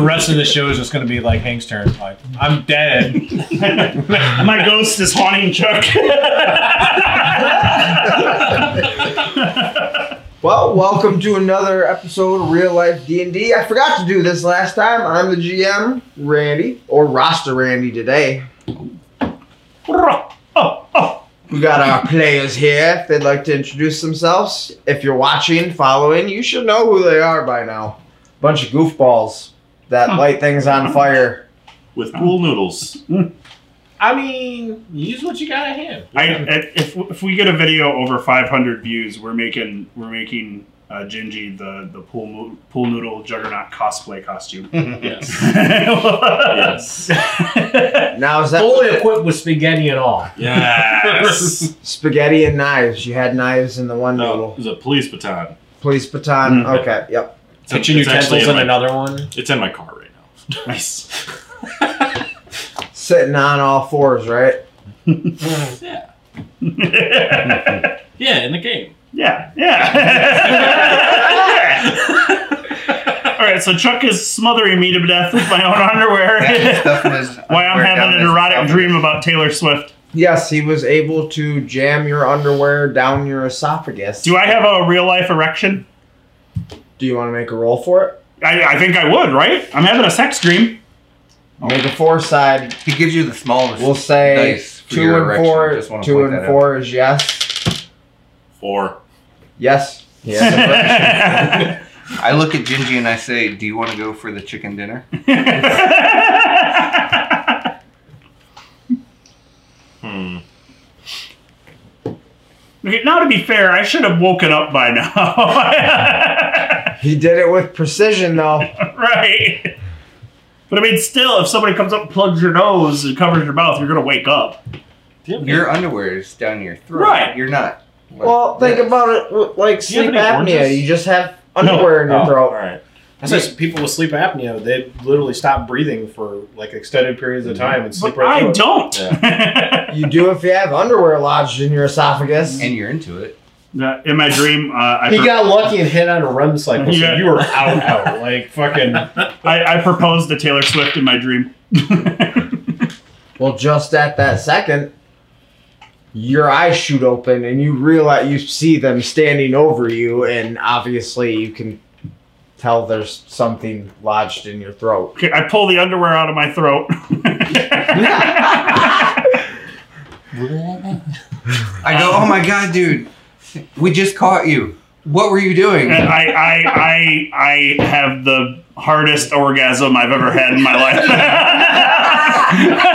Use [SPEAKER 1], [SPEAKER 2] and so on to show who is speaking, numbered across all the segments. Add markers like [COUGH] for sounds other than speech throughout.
[SPEAKER 1] rest of the show is just going to be like Hank's turn. Like, I'm dead.
[SPEAKER 2] [LAUGHS] My ghost is haunting [LAUGHS] Chuck.
[SPEAKER 3] Well, welcome to another episode of Real Life D&D. I forgot to do this last time. I'm the GM, Randy, or Rasta Randy today. We got
[SPEAKER 2] [LAUGHS]
[SPEAKER 3] our players here. If they'd like to introduce themselves, if you're watching, following, you should know who they are by now. Bunch of goofballs that light things on fire.
[SPEAKER 4] with cool noodles.
[SPEAKER 1] I mean, use what you got at hand.
[SPEAKER 2] I, if, if we get a video over 500 views, we're making we're making uh, Gingy the the pool mo- pool noodle juggernaut cosplay costume.
[SPEAKER 1] yes.
[SPEAKER 2] yes.
[SPEAKER 3] Now is that
[SPEAKER 1] Fully equipped with spaghetti and all.
[SPEAKER 2] [LAUGHS]
[SPEAKER 4] Yes.
[SPEAKER 3] spaghetti and knives? You had knives in the one
[SPEAKER 4] no,
[SPEAKER 3] noodle.
[SPEAKER 4] it was a police baton.
[SPEAKER 3] Police baton.
[SPEAKER 2] Mhm.
[SPEAKER 3] Okay. Yep.
[SPEAKER 4] It's,
[SPEAKER 1] Kitchen
[SPEAKER 4] it's actually
[SPEAKER 1] utensils
[SPEAKER 4] in
[SPEAKER 1] and
[SPEAKER 4] my,
[SPEAKER 1] another one.
[SPEAKER 4] It's in my car right now.
[SPEAKER 2] nice.
[SPEAKER 3] Sitting on all fours,
[SPEAKER 2] [LAUGHS]
[SPEAKER 3] right?
[SPEAKER 4] Yeah.
[SPEAKER 2] [LAUGHS] yeah,
[SPEAKER 4] Yeah, in the game.
[SPEAKER 2] yeah. All right, so Chuck is smothering me to death with my own underwear. [LAUGHS] Why I'm having an erotic dream about Taylor Swift.
[SPEAKER 3] Yes, he was able to jam your underwear down your esophagus.
[SPEAKER 2] Do I have a real life erection?
[SPEAKER 3] Do you want to make a roll for it?
[SPEAKER 2] I, I think I would, right? I'm having a sex dream.
[SPEAKER 3] Make a four side.
[SPEAKER 5] He gives you the smallest.
[SPEAKER 3] We'll say
[SPEAKER 5] Nice for
[SPEAKER 3] two
[SPEAKER 5] your
[SPEAKER 3] and
[SPEAKER 5] erection.
[SPEAKER 3] four.
[SPEAKER 5] Just wanna
[SPEAKER 3] Two
[SPEAKER 5] point
[SPEAKER 3] and
[SPEAKER 5] that
[SPEAKER 3] four is yes.
[SPEAKER 4] Four.
[SPEAKER 3] Yes.
[SPEAKER 4] [LAUGHS]
[SPEAKER 3] Yes.
[SPEAKER 5] I look at Gingy and I say, "Do you want to go for the chicken dinner?"
[SPEAKER 2] [LAUGHS]
[SPEAKER 4] Hmm.
[SPEAKER 2] Okay, now to be fair, I should have woken up by now. [LAUGHS]
[SPEAKER 3] he did it with precision,
[SPEAKER 4] [LAUGHS]
[SPEAKER 3] though.
[SPEAKER 2] right. But I mean, still, if somebody comes up and plugs your nose and covers your mouth, you're going to wake up.
[SPEAKER 4] Do you have
[SPEAKER 5] Your underwear is down your throat.
[SPEAKER 2] Right.
[SPEAKER 5] You're not.
[SPEAKER 3] Well, think
[SPEAKER 5] Yeah.
[SPEAKER 3] about it w- like
[SPEAKER 4] Do you
[SPEAKER 3] sleep
[SPEAKER 4] have any
[SPEAKER 3] apnea.
[SPEAKER 4] oranges?
[SPEAKER 3] You just have underwear in your
[SPEAKER 4] Oh,
[SPEAKER 3] throat.
[SPEAKER 4] All right.
[SPEAKER 1] That's why people with sleep apnea, they literally stop breathing for like extended periods of time and sleep
[SPEAKER 2] But I
[SPEAKER 1] right through it.
[SPEAKER 2] don't. [LAUGHS]
[SPEAKER 3] You do if you have underwear lodged in your esophagus.
[SPEAKER 5] and you're into it.
[SPEAKER 2] That- In my dream, uh, I,
[SPEAKER 1] He
[SPEAKER 2] pro-
[SPEAKER 1] got lucky and hit on a REM cycle, so
[SPEAKER 2] Yeah.
[SPEAKER 1] you were out, out. Like, fucking.
[SPEAKER 2] I, I proposed to Taylor Swift in my dream. [LAUGHS]
[SPEAKER 3] Well, just at that second, your eyes shoot open and you realize you see them standing over you, and obviously you can tell there's something lodged in your throat.
[SPEAKER 2] [LAUGHS] Okay, I pull the underwear out of my throat. [LAUGHS]
[SPEAKER 5] I go, "Oh my god, dude, we just caught you. What were you doing?"
[SPEAKER 2] and [LAUGHS] I, I, I, I have the hardest orgasm I've ever had in my life. [LAUGHS]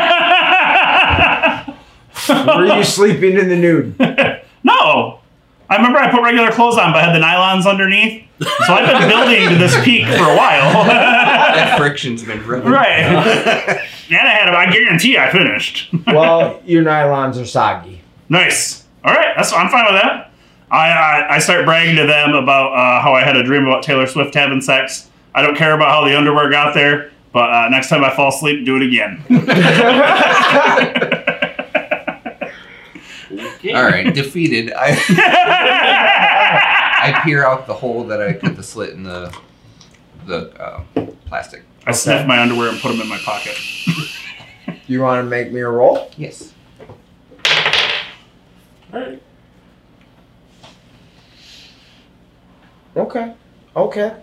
[SPEAKER 3] Were you sleeping in the nude?
[SPEAKER 2] no, I remember I put regular clothes on, but I had the nylons underneath. So I've been building to this peak for a while. [LAUGHS]
[SPEAKER 5] that friction's been rubbing.
[SPEAKER 2] right. And I had, a- I guarantee I finished. [LAUGHS]
[SPEAKER 3] Well, your nylons are soggy.
[SPEAKER 2] Nice. All right, that's I'm fine with that. I I, I start bragging to them about uh, how I had a dream about Taylor Swift having sex. I don't care about how the underwear got there, but uh, next time I fall asleep, do it again. [LAUGHS]
[SPEAKER 4] Okay.
[SPEAKER 5] All right, defeated. I
[SPEAKER 2] I
[SPEAKER 5] I peer out the hole that I put the slit in the the uh, plastic.
[SPEAKER 2] sniff my underwear and put them in my pocket.
[SPEAKER 3] You want to make me a roll?
[SPEAKER 5] Yes.
[SPEAKER 4] All right.
[SPEAKER 3] Okay. Okay.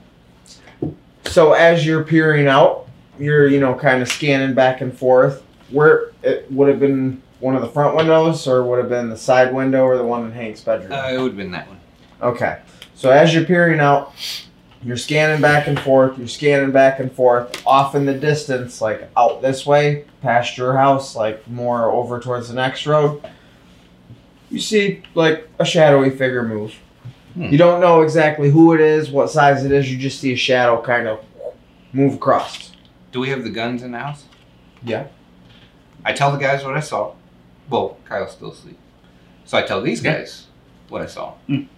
[SPEAKER 3] So as you're peering out, you're you know kind of scanning back and forth. Where it would have been one of the front windows, or would have been the side window, or the one in Hank's bedroom.
[SPEAKER 5] Uh, it would have been that one.
[SPEAKER 3] Okay. So as you're peering out, you're scanning back and forth, you're scanning back and forth, off in the distance, like out this way, past your house, like more over towards the next road. You see like a shadowy figure move.
[SPEAKER 5] Hmm.
[SPEAKER 3] You don't know exactly who it is, what size it is, you just see a shadow kind of move across.
[SPEAKER 5] Do we have the guns in the house?
[SPEAKER 3] Yeah.
[SPEAKER 5] I tell the guys what I saw. Well, Kyle's still asleep. So I tell these guys what I saw.
[SPEAKER 2] Mm.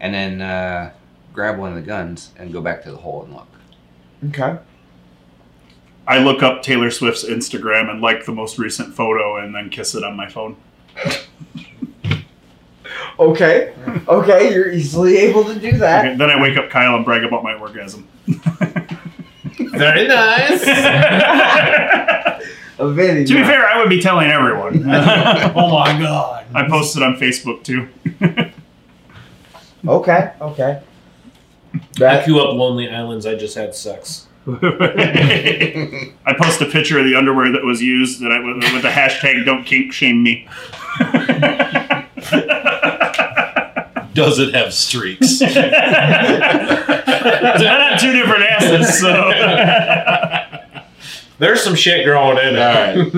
[SPEAKER 5] And then uh, grab one of the guns and go back to the hole and look.
[SPEAKER 3] Okay.
[SPEAKER 2] I look up Taylor Swift's Instagram and like the most recent photo, and then kiss it on my phone.
[SPEAKER 3] Okay.
[SPEAKER 2] Hmm.
[SPEAKER 3] Okay, you're easily able to do that.
[SPEAKER 2] Okay, then I wake up Kyle and brag about my orgasm.
[SPEAKER 1] Very nice.
[SPEAKER 2] [LAUGHS] to
[SPEAKER 3] A very
[SPEAKER 2] be
[SPEAKER 3] nice-
[SPEAKER 2] fair, I would be telling [LAUGHS] everyone.
[SPEAKER 4] oh my god.
[SPEAKER 2] I posted on Facebook too. [LAUGHS]
[SPEAKER 3] Okay, okay.
[SPEAKER 1] I
[SPEAKER 3] That
[SPEAKER 1] queue up Lonely Islands. I just had sex.
[SPEAKER 2] I post a picture of the underwear that was used that I, with, with the hashtag "Don't kink shame [LAUGHS] me."
[SPEAKER 4] Does it
[SPEAKER 1] [LAUGHS]
[SPEAKER 4] have streaks?
[SPEAKER 2] Not on two different asses, [LAUGHS] so
[SPEAKER 1] There's some shit growing in it.
[SPEAKER 4] Alright.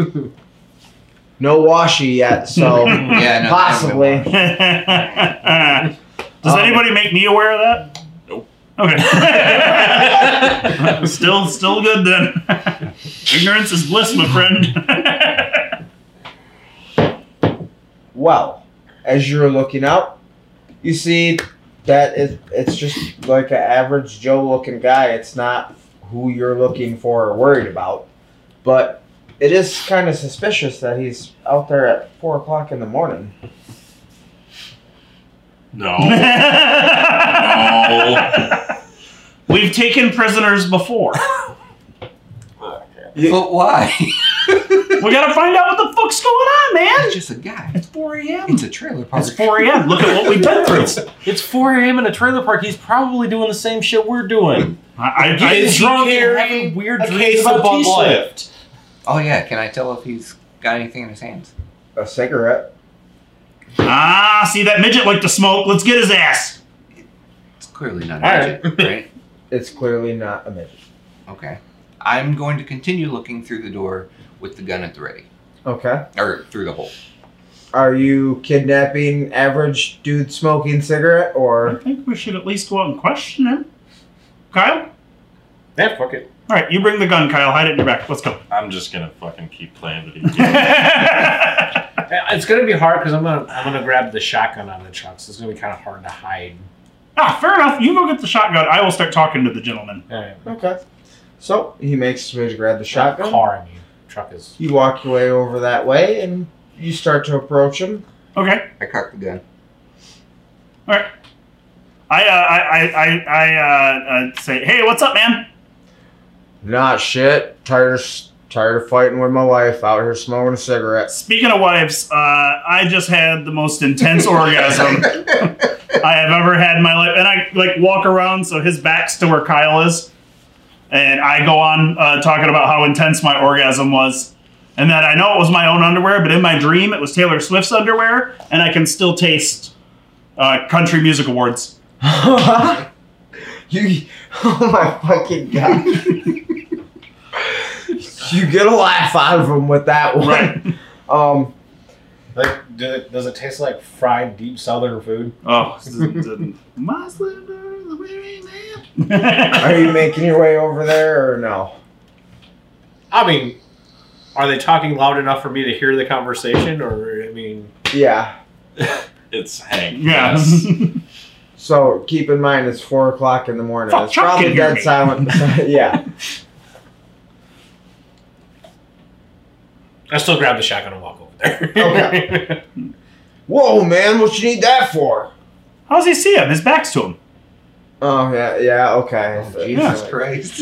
[SPEAKER 3] no washi yet, so
[SPEAKER 5] Yeah, no,
[SPEAKER 3] possibly.
[SPEAKER 2] [LAUGHS] does
[SPEAKER 3] Um,
[SPEAKER 2] anybody make me aware of that?
[SPEAKER 4] Nope.
[SPEAKER 2] Okay. [LAUGHS] still, still good [LAUGHS] then. Ignorance is bliss, my friend.
[SPEAKER 3] Well, as you're looking out, you see that it, it's just like an average Joe looking guy. It's not who you're looking for or worried about. But it is kind of suspicious that he's out there at 4 o'clock in the morning.
[SPEAKER 2] Oh. [LAUGHS]
[SPEAKER 4] No.
[SPEAKER 2] We've taken prisoners before.
[SPEAKER 5] But why? [LAUGHS]
[SPEAKER 2] We gotta find out what the fuck's going on, man.
[SPEAKER 5] It's just a guy.
[SPEAKER 2] It's 4 a.m.
[SPEAKER 5] It's a trailer park.
[SPEAKER 2] It's 4 a.m. Look at what we've been through.
[SPEAKER 1] It's 4 a.m. in a trailer park. He's probably doing the same shit we're doing.
[SPEAKER 2] I, I, I,
[SPEAKER 1] Getting
[SPEAKER 2] I,
[SPEAKER 1] Is he drunk and carrying having
[SPEAKER 4] having
[SPEAKER 1] weird [LAUGHS]
[SPEAKER 4] weird
[SPEAKER 1] a dreams case
[SPEAKER 4] dreams
[SPEAKER 1] about of
[SPEAKER 4] about
[SPEAKER 1] Bud
[SPEAKER 4] Bud
[SPEAKER 1] T-Swift? Light?
[SPEAKER 4] Light.
[SPEAKER 5] Oh yeah, can I tell if he's got anything in his hands?
[SPEAKER 3] A cigarette.
[SPEAKER 2] ah, see that midget like to smoke. Let's get his ass.
[SPEAKER 5] It's clearly not a
[SPEAKER 1] All
[SPEAKER 5] midget, right?
[SPEAKER 3] It's clearly not a midget.
[SPEAKER 5] Okay. I'm going to continue looking through the door with the gun at the ready.
[SPEAKER 3] Okay.
[SPEAKER 5] Or through the hole.
[SPEAKER 3] Are you kidnapping average dude smoking cigarette
[SPEAKER 2] I
[SPEAKER 3] or
[SPEAKER 2] think we should at least go out and question him. Kyle?
[SPEAKER 1] Yeah, fuck it.
[SPEAKER 2] All right, you bring the gun, Kyle. Hide it in your back. Let's [LAUGHS] go.
[SPEAKER 4] I'm just gonna fucking keep playing video games.
[SPEAKER 2] yeah,
[SPEAKER 1] It's gonna be hard because I'm gonna I'm gonna grab the shotgun on the truck, so it's gonna be kind of hard to hide.
[SPEAKER 2] Ah, fair enough. You go get the shotgun. I will start talking to the gentleman.
[SPEAKER 1] All right.
[SPEAKER 3] Okay. So he makes his way to grab the shotgun.
[SPEAKER 1] Car, I mean, truck is.
[SPEAKER 3] You walk your way over that way and you start to approach him.
[SPEAKER 2] Okay.
[SPEAKER 5] I cock the gun.
[SPEAKER 2] I uh, I I I, I uh, uh, say, hey, what's up, man?
[SPEAKER 3] Not shit. Tired of, tired of fighting with my wife out here smoking a [LAUGHS] cigarette.
[SPEAKER 2] Speaking of wives, uh, I just had the most intense
[SPEAKER 5] [LAUGHS]
[SPEAKER 2] orgasm I have ever had in my life, and I like walk around so his back's to where Kyle is, and I go on uh, talking about how intense my orgasm was, and that I know it was my own underwear, but in my dream it was Taylor Swift's underwear, and I can still taste uh, country music awards.
[SPEAKER 3] you, oh my fucking god. you get a laugh out of him with that one.
[SPEAKER 2] Right.
[SPEAKER 3] Um,
[SPEAKER 1] Like, do it, does it taste like fried deep southern food?
[SPEAKER 2] Oh, my slippers wearing them.
[SPEAKER 3] [LAUGHS] are you making your way over there or no?
[SPEAKER 1] I mean, are they talking loud enough for me to hear the conversation? Or I mean,
[SPEAKER 3] Yeah.
[SPEAKER 4] It's Hank.
[SPEAKER 2] Yes.
[SPEAKER 3] So keep in mind it's four o'clock in the morning.
[SPEAKER 2] Fuck,
[SPEAKER 3] it's
[SPEAKER 2] Chuck
[SPEAKER 3] probably
[SPEAKER 2] can hear
[SPEAKER 3] dead
[SPEAKER 2] me.
[SPEAKER 3] silent. [LAUGHS] yeah.
[SPEAKER 1] I still grab the shotgun and walk over there. [LAUGHS]
[SPEAKER 3] Okay. Whoa, man! What you need that for?
[SPEAKER 2] How does he see him? His back's
[SPEAKER 3] [LAUGHS]
[SPEAKER 2] to him.
[SPEAKER 3] Oh yeah, yeah, okay.
[SPEAKER 5] Oh,
[SPEAKER 3] So-
[SPEAKER 5] Jesus
[SPEAKER 3] yeah.
[SPEAKER 5] Christ.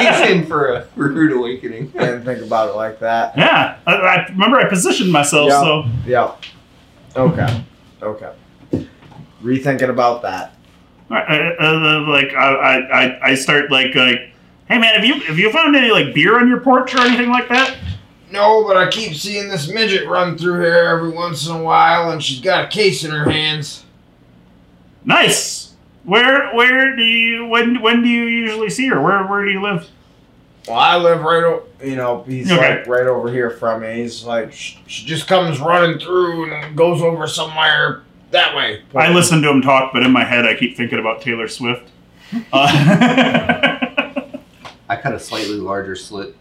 [SPEAKER 5] He's in for a [LAUGHS] rude awakening.
[SPEAKER 3] I didn't think about it like that.
[SPEAKER 2] Yeah, I, I remember I positioned myself,
[SPEAKER 3] Yeah.
[SPEAKER 2] so
[SPEAKER 3] Yeah. Okay. Okay. Rethinking about that.
[SPEAKER 2] I, I- I- like I, I, I- I start like like, hey man, have you have you found any like beer on your porch or anything like that?
[SPEAKER 3] No, but I keep seeing this midget run through here every once in a while, and she's got a case in her hands.
[SPEAKER 2] Nice. Where where do you when when do you usually see her? Where where do you live?
[SPEAKER 3] Well, I live right over, you know, he's
[SPEAKER 2] Okay.
[SPEAKER 3] like right over here from me. He's like, she, she just comes running through and goes over somewhere that way.
[SPEAKER 2] I listen to him talk, but in my head I keep thinking about Taylor Swift. Uh, [LAUGHS]
[SPEAKER 5] I cut a slightly larger slit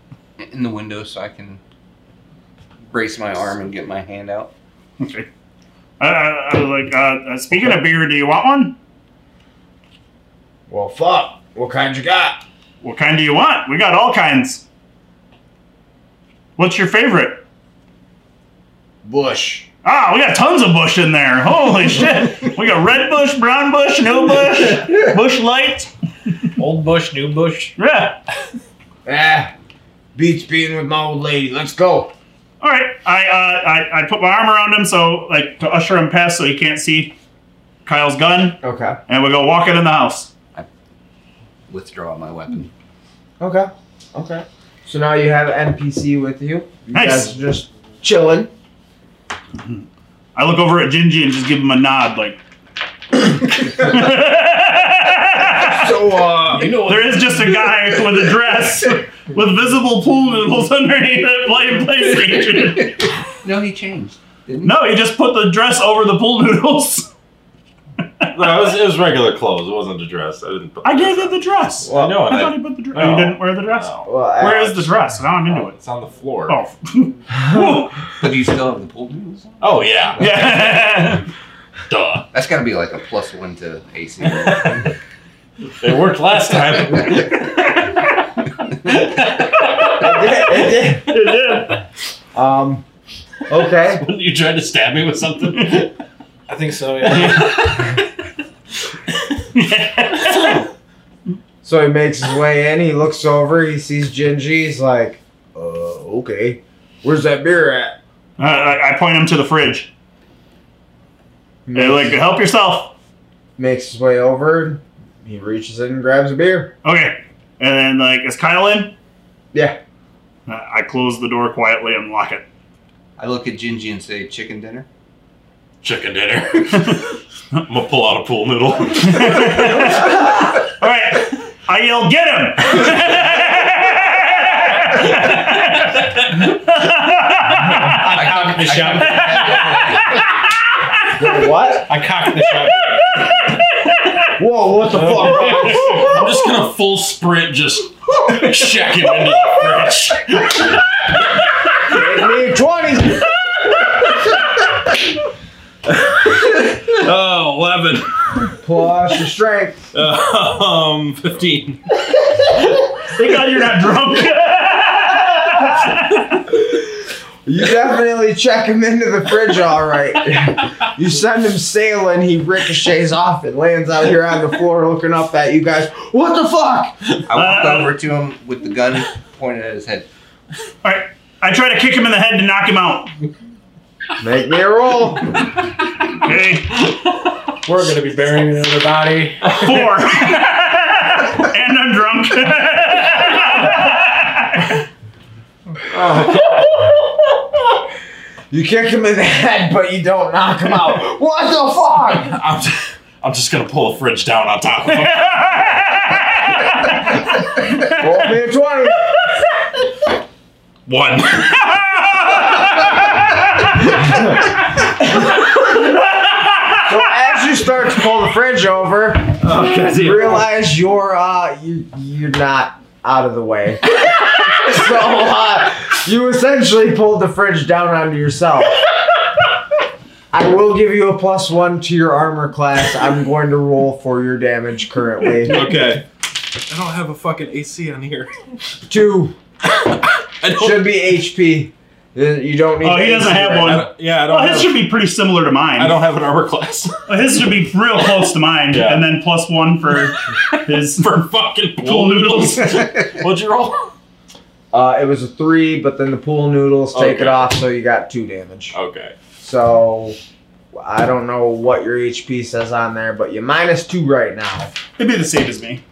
[SPEAKER 5] in the window so I can brace my arm and get my hand out.
[SPEAKER 2] okay. I, I, I was like, uh, uh, speaking of beer, do you want one?
[SPEAKER 3] Well, fuck. What kind you got?
[SPEAKER 2] What kind do you want? We got all kinds. What's your favorite?
[SPEAKER 3] Bush.
[SPEAKER 2] Ah, we got tons of bush in there. Holy shit. We got red bush, brown bush, no bush, bush light.
[SPEAKER 6] Old bush, new bush.
[SPEAKER 2] Yeah.
[SPEAKER 3] Ah, beach being with my old lady. Let's go.
[SPEAKER 2] All right. I, uh, I I put my arm around him so like to usher him past so he can't see Kyle's gun,
[SPEAKER 3] Okay.
[SPEAKER 2] and we go walking in the house.
[SPEAKER 5] Withdraw my weapon.
[SPEAKER 3] Okay. Okay. So now you have an NPC with you. You
[SPEAKER 2] Nice.
[SPEAKER 3] guys are just chilling.
[SPEAKER 2] I look over at Gingy and just give him a nod, like. [LAUGHS]
[SPEAKER 3] So uh,
[SPEAKER 6] You know what?
[SPEAKER 2] There is just a guy with a dress with visible pool noodles [LAUGHS] underneath it playing PlayStation.
[SPEAKER 5] No, he changed. Didn't he?
[SPEAKER 2] No, he just put the dress over the pool noodles.
[SPEAKER 4] [LAUGHS]
[SPEAKER 2] [LAUGHS]
[SPEAKER 4] No, it was, it was regular clothes. It wasn't a dress. I didn't. Put
[SPEAKER 2] I gave him the dress.
[SPEAKER 4] I know.
[SPEAKER 2] I
[SPEAKER 4] And I,
[SPEAKER 2] thought he put the dress. Oh, you didn't wear the dress.
[SPEAKER 4] no.
[SPEAKER 3] well, I-
[SPEAKER 2] Where is
[SPEAKER 3] [LAUGHS]
[SPEAKER 2] the dress? Now I'm into
[SPEAKER 4] Oh,
[SPEAKER 2] it.
[SPEAKER 4] It's on the floor.
[SPEAKER 2] Oh, [LAUGHS] Woo.
[SPEAKER 5] But do you still have the pool noodles on?
[SPEAKER 2] [LAUGHS]
[SPEAKER 4] Oh, yeah.
[SPEAKER 2] yeah.
[SPEAKER 4] [LAUGHS] Duh.
[SPEAKER 5] That's got to be like a plus one to [LAUGHS] AC.
[SPEAKER 4] It worked
[SPEAKER 2] [LAUGHS]
[SPEAKER 4] last time.
[SPEAKER 3] It did, it
[SPEAKER 2] [LAUGHS] It did.
[SPEAKER 3] did. Um. Okay.
[SPEAKER 4] When [LAUGHS] you tried to stab me
[SPEAKER 2] [LAUGHS]
[SPEAKER 4] with something.
[SPEAKER 2] Uh,
[SPEAKER 1] I think so. Yeah.
[SPEAKER 3] So he makes his way in. He looks over. He sees Gingy. He's like, uh, okay. Where's that beer at?
[SPEAKER 2] I, I- I point him to the fridge. Hey, like, help yourself.
[SPEAKER 3] makes his way over. and He reaches in and grabs a beer.
[SPEAKER 2] Okay. And then, like, is Kyle in? [LAUGHS] Uh,
[SPEAKER 3] Yeah.
[SPEAKER 2] I I close the door quietly and lock it. [LAUGHS]
[SPEAKER 5] I look at Gingy and say, "Chicken [LAUGHS] dinner."
[SPEAKER 4] Chicken dinner. [LAUGHS] I'm gonna pull out a pool noodle. [LAUGHS]
[SPEAKER 2] All right. I yell, get [LAUGHS] him!
[SPEAKER 1] [LAUGHS] I cocked the shotgun.
[SPEAKER 3] what?
[SPEAKER 1] I cocked the shotgun.
[SPEAKER 3] Whoa! What
[SPEAKER 2] [LAUGHS]
[SPEAKER 3] the fuck?
[SPEAKER 4] I'm just gonna full sprint, just check him into the fridge.
[SPEAKER 3] Need twenty.
[SPEAKER 4] Oh, 11.
[SPEAKER 3] Plus your strength.
[SPEAKER 4] Uh, um, 15.
[SPEAKER 2] Thank God you're not drunk.
[SPEAKER 3] You definitely check him into the fridge, all right. [LAUGHS] You send him sailing. He ricochets off and lands out here on the floor, looking up at you guys. What the fuck?
[SPEAKER 5] I walk
[SPEAKER 2] Uh,
[SPEAKER 5] over to him with the gun pointed at his head.
[SPEAKER 2] [LAUGHS] All right. I try to kick him in the head to knock him out.
[SPEAKER 3] Make me a roll.
[SPEAKER 2] Okay.
[SPEAKER 1] We're gonna be burying another body.
[SPEAKER 2] Four. [LAUGHS] and I'm drunk. [LAUGHS]
[SPEAKER 3] You kick him in the head, but you don't knock him out. What the fuck?
[SPEAKER 4] I'm just, I'm just gonna pull the fridge down on top of him.
[SPEAKER 3] Roll me a twenty.
[SPEAKER 4] [LAUGHS] One.
[SPEAKER 3] So as you start to pull the fridge over, you realize you're uh you you're not out of the way. [LAUGHS] so uh, you essentially pulled the fridge down onto yourself. I will give you a plus one to your armor class. I'm going to roll for your damage currently.
[SPEAKER 7] [LAUGHS]
[SPEAKER 4] Okay.
[SPEAKER 7] I don't have a fucking AC on here.
[SPEAKER 3] Two
[SPEAKER 7] I don't.
[SPEAKER 3] should be HP. Uh, You don't need.
[SPEAKER 2] Oh, he
[SPEAKER 3] the
[SPEAKER 2] doesn't
[SPEAKER 3] AC
[SPEAKER 2] have
[SPEAKER 3] right
[SPEAKER 2] one.
[SPEAKER 7] I don't- yeah, I don't.
[SPEAKER 2] [LAUGHS]
[SPEAKER 4] Oh,
[SPEAKER 2] well,
[SPEAKER 7] have,
[SPEAKER 2] his should be pretty similar to mine.
[SPEAKER 7] I don't have an armor class.
[SPEAKER 2] His should be real close to mine,
[SPEAKER 4] Yeah.
[SPEAKER 2] and then plus one for his
[SPEAKER 4] [LAUGHS] [LAUGHS] For fucking
[SPEAKER 2] pool
[SPEAKER 4] pool [LAUGHS]
[SPEAKER 2] noodles.
[SPEAKER 4] noodle. What'd you roll?
[SPEAKER 3] Uh, it was a three, but then the pool noodles
[SPEAKER 7] Oh,
[SPEAKER 3] take
[SPEAKER 4] Okay.
[SPEAKER 3] it off, so you got two damage.
[SPEAKER 4] Okay.
[SPEAKER 3] So I don't know what your HP says on there, but you're minus two right now,
[SPEAKER 2] It'd be the same as me.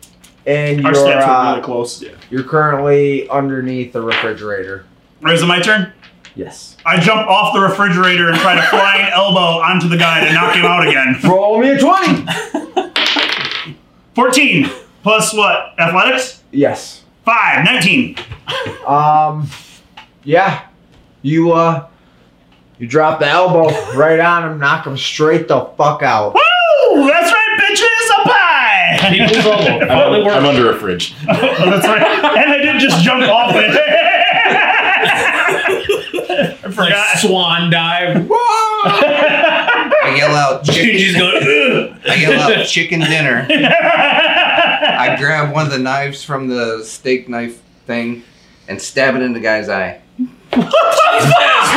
[SPEAKER 3] and
[SPEAKER 2] Our
[SPEAKER 3] you're
[SPEAKER 2] stats were
[SPEAKER 3] uh,
[SPEAKER 2] really close. Yeah.
[SPEAKER 3] you're currently underneath the refrigerator.
[SPEAKER 2] Is it my turn?
[SPEAKER 3] Yes.
[SPEAKER 2] I jump off the refrigerator and try to fly an elbow onto the guy to knock him out again.
[SPEAKER 3] Roll me a twenty.
[SPEAKER 2] 14 plus what? Athletics?
[SPEAKER 3] yes.
[SPEAKER 2] 5, 19.
[SPEAKER 3] Um. Yeah. You uh. You drop the elbow right on him, knock him straight the fuck out.
[SPEAKER 2] Woo! That's right, bitches! Up high!
[SPEAKER 1] People's elbow.
[SPEAKER 4] I'm,
[SPEAKER 1] Finally worked.
[SPEAKER 4] I'm under a fridge.
[SPEAKER 2] Oh, that's right. And I did just jump off
[SPEAKER 4] [LAUGHS]
[SPEAKER 2] it. I
[SPEAKER 1] Like
[SPEAKER 2] forgot. [LAUGHS]
[SPEAKER 1] swan dive.
[SPEAKER 5] I yell out,
[SPEAKER 1] You
[SPEAKER 5] "Chicken!"
[SPEAKER 1] just go. "Ugh."
[SPEAKER 5] I yell out, [LAUGHS] "Chicken dinner!"
[SPEAKER 2] I
[SPEAKER 5] I grab one of the knives from the steak knife thing and stab it in the guy's eye.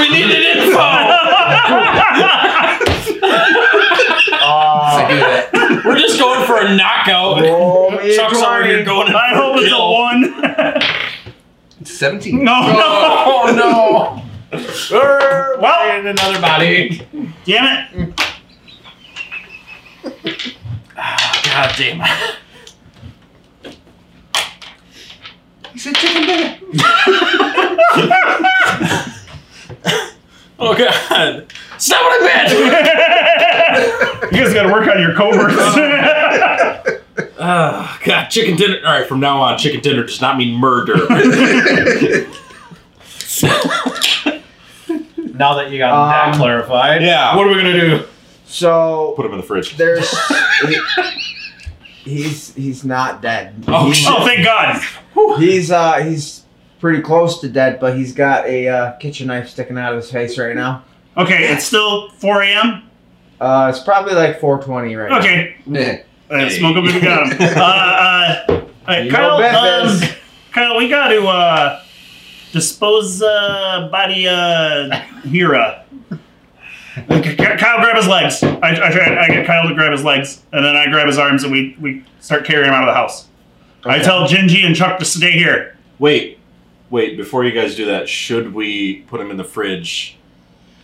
[SPEAKER 4] We needed [LAUGHS] info.
[SPEAKER 5] I do
[SPEAKER 3] Uh,
[SPEAKER 5] that.
[SPEAKER 4] [LAUGHS] We're just going for a knockout.
[SPEAKER 3] roll me
[SPEAKER 2] [LAUGHS]
[SPEAKER 3] a
[SPEAKER 4] Chuck's over
[SPEAKER 3] 20.
[SPEAKER 4] here going. in
[SPEAKER 2] I
[SPEAKER 4] for
[SPEAKER 2] hope it's a
[SPEAKER 4] kill.
[SPEAKER 2] one.
[SPEAKER 5] 17.
[SPEAKER 2] no, no.
[SPEAKER 4] Oh no!
[SPEAKER 2] Well,
[SPEAKER 4] And another body.
[SPEAKER 2] damn it. [LAUGHS]
[SPEAKER 4] God damn it!
[SPEAKER 5] He's a chicken [LAUGHS] dinner.
[SPEAKER 4] Oh god! Stop what I
[SPEAKER 2] you guys got to work on your [LAUGHS] covers.
[SPEAKER 4] meant. Oh god! Chicken dinner. All right, from now on, chicken dinner does not mean murder. [LAUGHS]
[SPEAKER 1] Now that you got that
[SPEAKER 3] Um,
[SPEAKER 1] clarified,
[SPEAKER 7] Yeah.
[SPEAKER 4] what are we gonna do?
[SPEAKER 3] So
[SPEAKER 7] Put him in the fridge.
[SPEAKER 3] there's he- he's he's not dead.
[SPEAKER 4] Oh,
[SPEAKER 3] he's,
[SPEAKER 2] oh, thank God.
[SPEAKER 3] he's uh he's pretty close to dead, but he's got a uh, kitchen knife sticking out of his face right now.
[SPEAKER 2] Okay, it's still 4 a.m.
[SPEAKER 3] Uh, it's probably like 420 right now.
[SPEAKER 2] Okay,
[SPEAKER 5] Yeah.
[SPEAKER 2] uh, smoke him if you got him. Uh, uh, all right,
[SPEAKER 3] You know
[SPEAKER 2] Kyle, um,
[SPEAKER 3] Memphis.
[SPEAKER 2] Kyle, we got to uh, dispose uh, body uh, Hira. Okay, Ky- Kyle, grab his legs. I, I, try, I get Kyle to grab his legs, and then I grab his arms, and we, we start carrying him out of the house. I tell Gingy and Chuck to stay here.
[SPEAKER 7] Wait, wait. Before you guys do that, should we put him in the fridge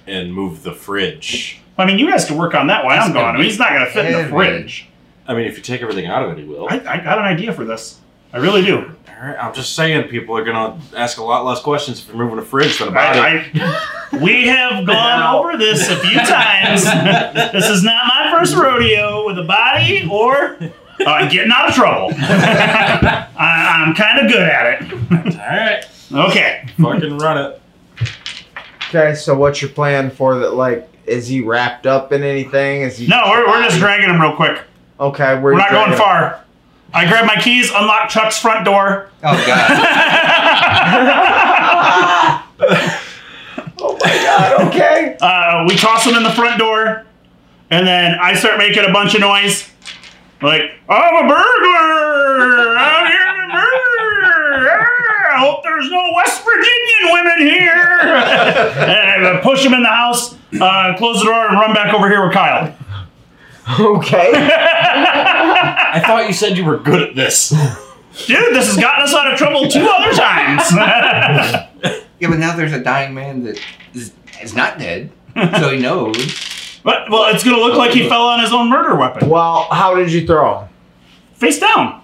[SPEAKER 7] and move the fridge?
[SPEAKER 2] I mean, you guys can work on that while I'm
[SPEAKER 7] He's
[SPEAKER 2] gone.
[SPEAKER 7] gonna
[SPEAKER 2] I mean, he's not going to fit in the
[SPEAKER 5] heavy.
[SPEAKER 2] fridge.
[SPEAKER 7] I mean, if you take everything out of it, he will.
[SPEAKER 2] I, I got an idea for this. I really do.
[SPEAKER 7] All right, I'm just saying, people are gonna ask a lot less questions if you're moving a fridge than a body.
[SPEAKER 2] I, I- we have gone
[SPEAKER 3] Now-
[SPEAKER 2] over this a few times. this is not my first rodeo with a body or uh, getting out of trouble. I, I'm kind of good at it.
[SPEAKER 4] All right.
[SPEAKER 2] Okay.
[SPEAKER 7] fucking run it.
[SPEAKER 3] Okay, so what's your plan for that? Like, is he wrapped up in anything? Is he?
[SPEAKER 2] No, we're, we're just dragging him real quick.
[SPEAKER 3] Okay, where
[SPEAKER 2] We're
[SPEAKER 3] you
[SPEAKER 2] not going
[SPEAKER 3] dragging him?
[SPEAKER 2] far. I grab my keys, unlock Chuck's front
[SPEAKER 3] [LAUGHS]
[SPEAKER 2] door.
[SPEAKER 5] Oh, God.
[SPEAKER 2] uh,
[SPEAKER 3] Oh my god. [LAUGHS] Okay.
[SPEAKER 2] Uh, we toss him in the front door, and then I start making a bunch of noise. Like, I'm a burglar! Out here in a burglar! Ah, I hope there's no West Virginian women here! [LAUGHS] and I push him in the house, uh, close the door, and run back over here with Kyle. [LAUGHS]
[SPEAKER 3] okay.
[SPEAKER 4] I thought you said you were good
[SPEAKER 7] [LAUGHS]
[SPEAKER 4] at this.
[SPEAKER 2] Dude, this has gotten us out of trouble two other times! [LAUGHS]
[SPEAKER 5] yeah, but now there's a dying man that is, is not dead. So he knows.
[SPEAKER 2] but, well, it's gonna look like he fell on his own murder weapon.
[SPEAKER 3] Well, how did you throw him?
[SPEAKER 2] Face
[SPEAKER 3] [LAUGHS]
[SPEAKER 2] down!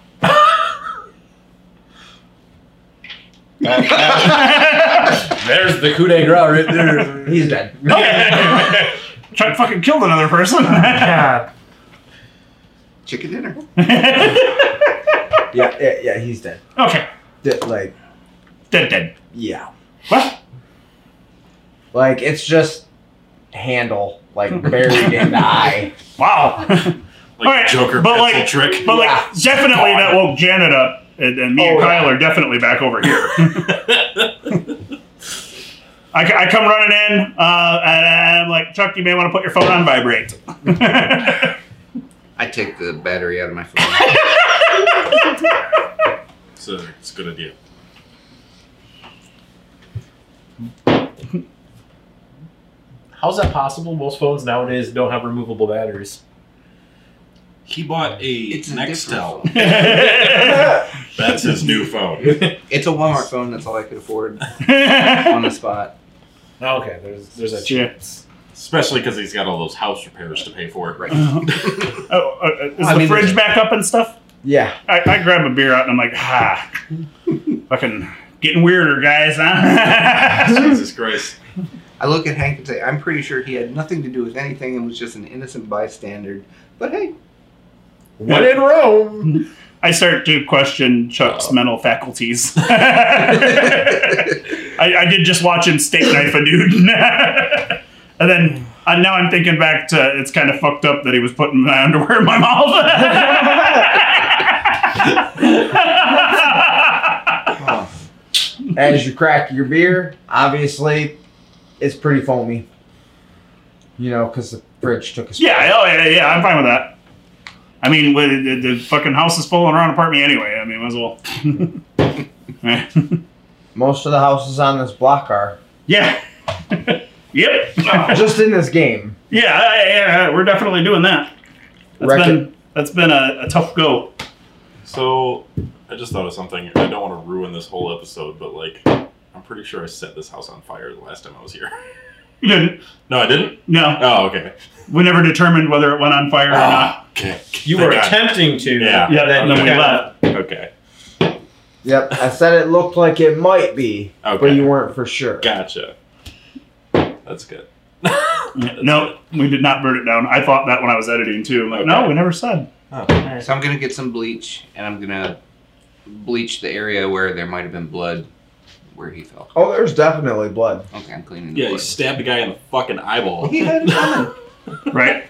[SPEAKER 4] There's the coup de grace right there.
[SPEAKER 3] He's dead.
[SPEAKER 2] Okay. Chuck fucking killed another
[SPEAKER 3] Oh,
[SPEAKER 2] person.
[SPEAKER 3] God.
[SPEAKER 5] Chicken dinner.
[SPEAKER 3] Yeah, yeah, yeah. He's dead.
[SPEAKER 2] [LAUGHS] okay.
[SPEAKER 3] Dead, like,
[SPEAKER 2] Dead, dead.
[SPEAKER 3] yeah.
[SPEAKER 2] What?
[SPEAKER 3] Like it's just handle like
[SPEAKER 2] [LAUGHS]
[SPEAKER 3] buried in the eye.
[SPEAKER 2] Wow. [LAUGHS]
[SPEAKER 7] Like
[SPEAKER 2] All right,
[SPEAKER 7] Joker
[SPEAKER 2] but
[SPEAKER 7] pencil
[SPEAKER 2] like-
[SPEAKER 7] trick.
[SPEAKER 2] But
[SPEAKER 3] Yeah.
[SPEAKER 2] like, definitely that woke Janet up, and, and me and
[SPEAKER 3] Oh,
[SPEAKER 2] Kyle
[SPEAKER 3] yeah.
[SPEAKER 2] are definitely back over
[SPEAKER 3] [LAUGHS]
[SPEAKER 2] here. I, c- I come running in, uh, and I'm like, Chuck, you may want to put your phone on
[SPEAKER 3] [LAUGHS]
[SPEAKER 2] vibrate. [LAUGHS]
[SPEAKER 5] I take the battery out of my
[SPEAKER 4] [LAUGHS]
[SPEAKER 5] phone.
[SPEAKER 7] It's a, it's a good idea.
[SPEAKER 1] how's that possible? Most phones nowadays don't have removable batteries.
[SPEAKER 2] [LAUGHS]
[SPEAKER 7] He bought a
[SPEAKER 5] It's a different phone.
[SPEAKER 7] That's his new
[SPEAKER 1] Oh,
[SPEAKER 7] phone.
[SPEAKER 5] It's a Walmart phone. That's all I could afford on the spot.
[SPEAKER 1] Okay, there's there's a
[SPEAKER 2] Shit.
[SPEAKER 7] Especially because he's got all those house repairs to pay for.
[SPEAKER 2] [LAUGHS]
[SPEAKER 5] Right.
[SPEAKER 2] Oh, uh, is
[SPEAKER 5] I
[SPEAKER 2] the
[SPEAKER 5] mean,
[SPEAKER 2] fridge back up and stuff?
[SPEAKER 3] Yeah.
[SPEAKER 2] I, I grab a beer out and I'm like, ah, fucking getting weirder, guys, huh?
[SPEAKER 7] [LAUGHS]
[SPEAKER 2] [LAUGHS]
[SPEAKER 7] Jesus Christ.
[SPEAKER 5] I look at Hank and say, I'm pretty sure he had nothing to do with anything and was just an innocent bystander. But hey,
[SPEAKER 1] When in Rome.
[SPEAKER 2] I start to question Chuck's mental faculties. [LAUGHS] I, I did just watch him steak knife a dude, [LAUGHS] and then uh, now I'm thinking back to it's kind of fucked up that he was putting my underwear in my [LAUGHS] mouth.
[SPEAKER 3] As you crack your beer, obviously, it's pretty foamy. You know, because the fridge took a spill.
[SPEAKER 2] yeah, oh yeah, yeah, I'm fine with that. I mean, with, the, the fucking house is falling around apart me anyway. I mean, might as well.
[SPEAKER 3] Most of the houses on this block are.
[SPEAKER 2] [LAUGHS] yeah. [LAUGHS] Yep.
[SPEAKER 3] Just in this game.
[SPEAKER 2] Yeah, yeah, yeah, yeah, we're definitely doing that. That's
[SPEAKER 3] Wreck
[SPEAKER 2] been that's been a, a tough go.
[SPEAKER 7] So I just thought of something. I don't want to ruin this whole episode, but like, I'm pretty sure I set this house on fire the last time I was here. [LAUGHS]
[SPEAKER 2] You didn't?
[SPEAKER 7] no, I didn't.
[SPEAKER 2] No,
[SPEAKER 7] Oh, okay.
[SPEAKER 2] we never determined whether it went on
[SPEAKER 4] Oh.
[SPEAKER 2] fire or not.
[SPEAKER 7] Ah, okay.
[SPEAKER 1] You
[SPEAKER 7] Thank
[SPEAKER 1] were
[SPEAKER 7] God.
[SPEAKER 1] attempting to.
[SPEAKER 7] Yeah.
[SPEAKER 2] Yeah,
[SPEAKER 1] then
[SPEAKER 2] and then
[SPEAKER 1] you
[SPEAKER 2] we
[SPEAKER 1] kinda-
[SPEAKER 2] left.
[SPEAKER 7] Okay.
[SPEAKER 3] Yep, I said it looked like it might be, but
[SPEAKER 7] Okay.
[SPEAKER 3] you weren't for sure.
[SPEAKER 7] Gotcha. That's good.
[SPEAKER 2] No, we did not burn it down. I thought that when I was editing too. I'm like, no,
[SPEAKER 7] Okay.
[SPEAKER 2] we never said.
[SPEAKER 5] So I'm gonna get some bleach and I'm gonna bleach the area where there might have been blood where he fell.
[SPEAKER 3] Oh, there's definitely blood.
[SPEAKER 5] Okay, I'm cleaning the
[SPEAKER 7] Yeah, you
[SPEAKER 5] blood.
[SPEAKER 7] stabbed the guy in the fucking
[SPEAKER 2] [LAUGHS]
[SPEAKER 7] eyeball.
[SPEAKER 5] He had it coming.
[SPEAKER 2] Right?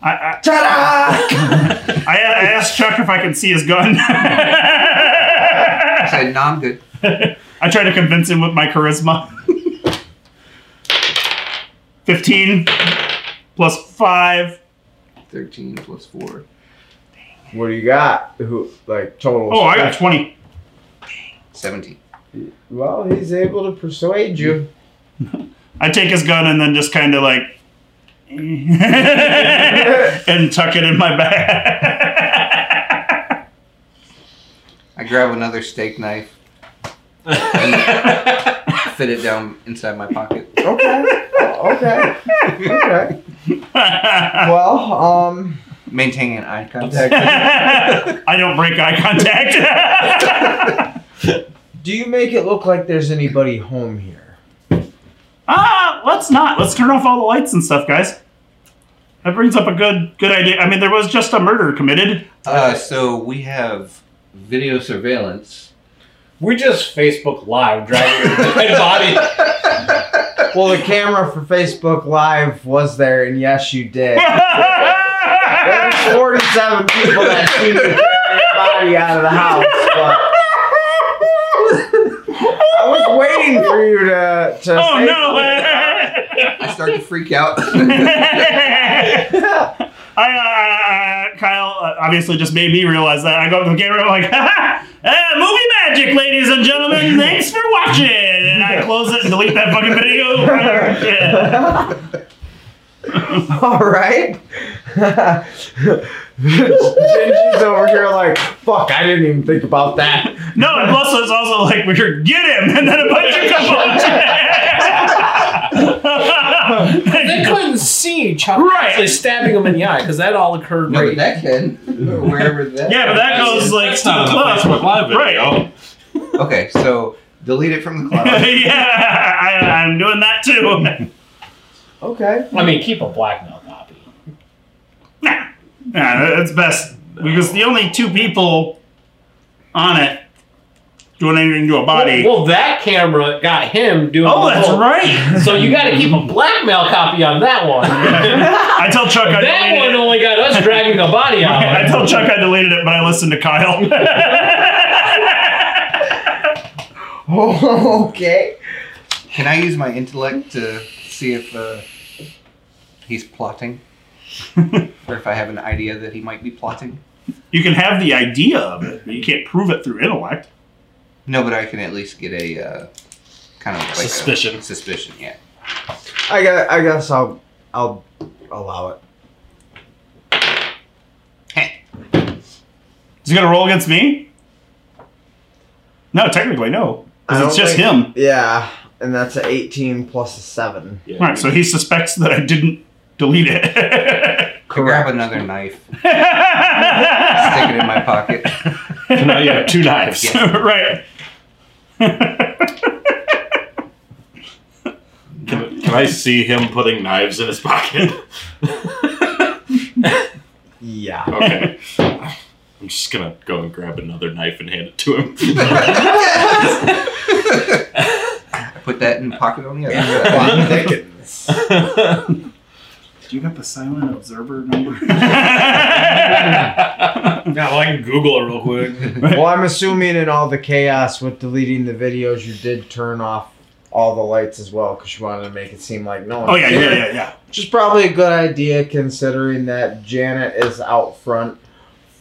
[SPEAKER 2] I, I,
[SPEAKER 3] Ta-da!
[SPEAKER 2] I, I asked Chuck if I could see his gun.
[SPEAKER 5] [LAUGHS]
[SPEAKER 2] [LAUGHS]
[SPEAKER 5] I said, no, I'm good.
[SPEAKER 2] I tried to convince him with my charisma. [LAUGHS] 15 plus 5.
[SPEAKER 5] 13 plus 4.
[SPEAKER 3] what do you got? Who like total?
[SPEAKER 2] Oh, I got
[SPEAKER 3] strength?
[SPEAKER 2] 20.
[SPEAKER 5] 17.
[SPEAKER 3] Well, he's able to persuade you.
[SPEAKER 2] I take his gun and then just kind of like. [LAUGHS] and tuck it in my bag.
[SPEAKER 5] I grab another steak knife, fit it down inside my pocket.
[SPEAKER 3] Okay. Oh,
[SPEAKER 2] [LAUGHS]
[SPEAKER 3] okay. Okay. Well, um,
[SPEAKER 5] Maintain an eye contact.
[SPEAKER 3] do
[SPEAKER 2] [LAUGHS] [LAUGHS] I don't break eye contact. [LAUGHS]
[SPEAKER 3] you make it look like there's anybody home here?
[SPEAKER 2] ah, let's not. Let's turn off all the lights and stuff, guys. That brings up a good good idea. I mean, there was just a murder committed.
[SPEAKER 5] Uh, so we have video surveillance.
[SPEAKER 1] We just Facebook Live driving a dead
[SPEAKER 2] [LAUGHS]
[SPEAKER 1] body.
[SPEAKER 3] Well, the camera for Facebook Live was there, and yes, you did. There's 47 people that see you carrying a body out of the house, but. I was waiting for you to. to
[SPEAKER 2] oh
[SPEAKER 3] say
[SPEAKER 5] I start to freak out.
[SPEAKER 2] no! [LAUGHS]
[SPEAKER 3] something. [LAUGHS]
[SPEAKER 2] I, uh, Kyle uh, obviously just made me realize that. I go to the camera I'm like, [LAUGHS] "Ha ha, uh, movie magic, ladies and gentlemen. Thanks for watching. And I close it and delete that fucking video. Yeah.
[SPEAKER 3] All right. Gingy's over here like, fuck, I didn't even think about that.
[SPEAKER 2] No, and plus it's also like we are get him, [LAUGHS] and then a bunch of
[SPEAKER 6] [LAUGHS] They
[SPEAKER 2] couples.
[SPEAKER 6] couldn't see Chuck
[SPEAKER 2] Right.
[SPEAKER 6] actually stabbing him in the eye because that all occurred
[SPEAKER 5] no,
[SPEAKER 6] right.
[SPEAKER 5] but that can. Wherever
[SPEAKER 2] [LAUGHS]
[SPEAKER 5] that.
[SPEAKER 2] yeah, but that goes like
[SPEAKER 7] That's
[SPEAKER 2] to
[SPEAKER 7] not
[SPEAKER 2] the
[SPEAKER 7] on the
[SPEAKER 2] club.
[SPEAKER 7] Facebook Live video.
[SPEAKER 2] [LAUGHS] Right.
[SPEAKER 5] Okay, so delete it from the cloud.
[SPEAKER 2] [LAUGHS] yeah, I, I'm doing that too. [LAUGHS]
[SPEAKER 3] Okay. [LAUGHS]
[SPEAKER 6] I mean, keep a blackmail copy.
[SPEAKER 2] Nah, nah, it's best because the only two people on it doing anything to a body.
[SPEAKER 6] Well, that camera got him doing.
[SPEAKER 2] oh,
[SPEAKER 6] the
[SPEAKER 2] that's
[SPEAKER 6] whole-
[SPEAKER 2] right.
[SPEAKER 6] So you got to keep a blackmail copy on that one.
[SPEAKER 2] [LAUGHS] [LAUGHS] I tell Chuck I
[SPEAKER 6] that one
[SPEAKER 2] deleted it.
[SPEAKER 6] only got us dragging the body out.
[SPEAKER 2] [LAUGHS] I tell Chuck I deleted it, but I listened to Kyle. [LAUGHS]
[SPEAKER 3] okay.
[SPEAKER 5] Can I use my intellect to see if uh, he's
[SPEAKER 2] [LAUGHS]
[SPEAKER 5] plotting? or if I have an idea that he might be plotting?
[SPEAKER 2] you can have the idea of it, but you can't prove it through intellect.
[SPEAKER 5] No, but I can at least get a uh, kind of like a-
[SPEAKER 4] Suspicion.
[SPEAKER 5] suspicion, yeah.
[SPEAKER 3] I got. I guess I'll. I'll allow it.
[SPEAKER 2] Is he gonna roll against me? No, technically no,
[SPEAKER 3] I
[SPEAKER 2] because it's
[SPEAKER 3] don't
[SPEAKER 2] just
[SPEAKER 3] think-
[SPEAKER 2] him.
[SPEAKER 3] Yeah, and that's an 18 plus a seven.
[SPEAKER 7] Yeah,
[SPEAKER 2] All right, so he suspects that I didn't delete it.
[SPEAKER 5] I grab another knife, stick it
[SPEAKER 2] [LAUGHS]
[SPEAKER 5] in my pocket.
[SPEAKER 4] So now you have two knives.
[SPEAKER 2] right.
[SPEAKER 7] Can, can I see him putting knives in his pocket?
[SPEAKER 3] Yeah.
[SPEAKER 7] Okay. I'm just gonna go and grab another knife and hand it to him. [LAUGHS]
[SPEAKER 5] I put that in the pocket on the other side.
[SPEAKER 2] [LAUGHS]
[SPEAKER 3] Dickens.
[SPEAKER 2] Do you got the silent observer number?
[SPEAKER 1] Now I can Google it real quick.
[SPEAKER 3] Well, I'm assuming in all the chaos with deleting the videos, you did turn off all the lights as well because you wanted to make it seem like no
[SPEAKER 2] [LAUGHS]
[SPEAKER 3] one.
[SPEAKER 2] oh yeah, yeah, yeah, yeah.
[SPEAKER 3] Which is probably a good idea considering that Janet is out front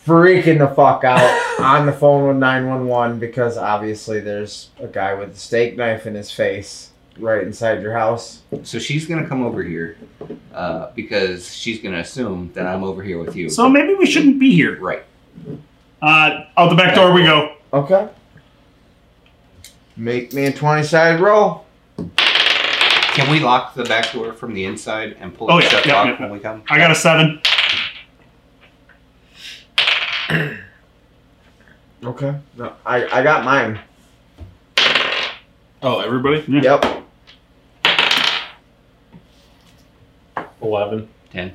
[SPEAKER 3] freaking the
[SPEAKER 2] [LAUGHS]
[SPEAKER 3] fuck out on the phone with 911 because obviously there's a guy with a steak knife in his face. right inside your house.
[SPEAKER 5] So she's gonna come over here uh, because she's gonna assume that I'm over here with you.
[SPEAKER 2] So maybe we shouldn't be here.
[SPEAKER 5] right.
[SPEAKER 2] Uh, out the back door we go.
[SPEAKER 3] Okay. Make me a 20 side roll.
[SPEAKER 5] Can we lock the back door from the inside and pull
[SPEAKER 2] Oh,
[SPEAKER 5] the
[SPEAKER 2] yeah,
[SPEAKER 5] shut
[SPEAKER 2] yeah,
[SPEAKER 5] lock
[SPEAKER 2] yeah,
[SPEAKER 5] when we come?
[SPEAKER 2] I got a seven.
[SPEAKER 3] Okay. No, I, I got mine.
[SPEAKER 4] Oh, everybody?
[SPEAKER 2] Yeah.
[SPEAKER 3] Yep.
[SPEAKER 6] Eleven.
[SPEAKER 5] Ten.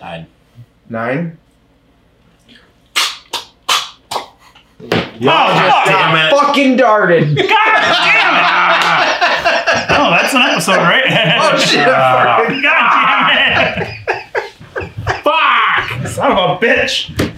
[SPEAKER 6] Nine.
[SPEAKER 3] Nine.
[SPEAKER 2] oh, God
[SPEAKER 1] damn it.
[SPEAKER 3] Fucking darted.
[SPEAKER 2] God damn it! oh, that's an episode, right? Uh,
[SPEAKER 3] Oh, shit.
[SPEAKER 2] God damn it! Fuck! Son of a bitch!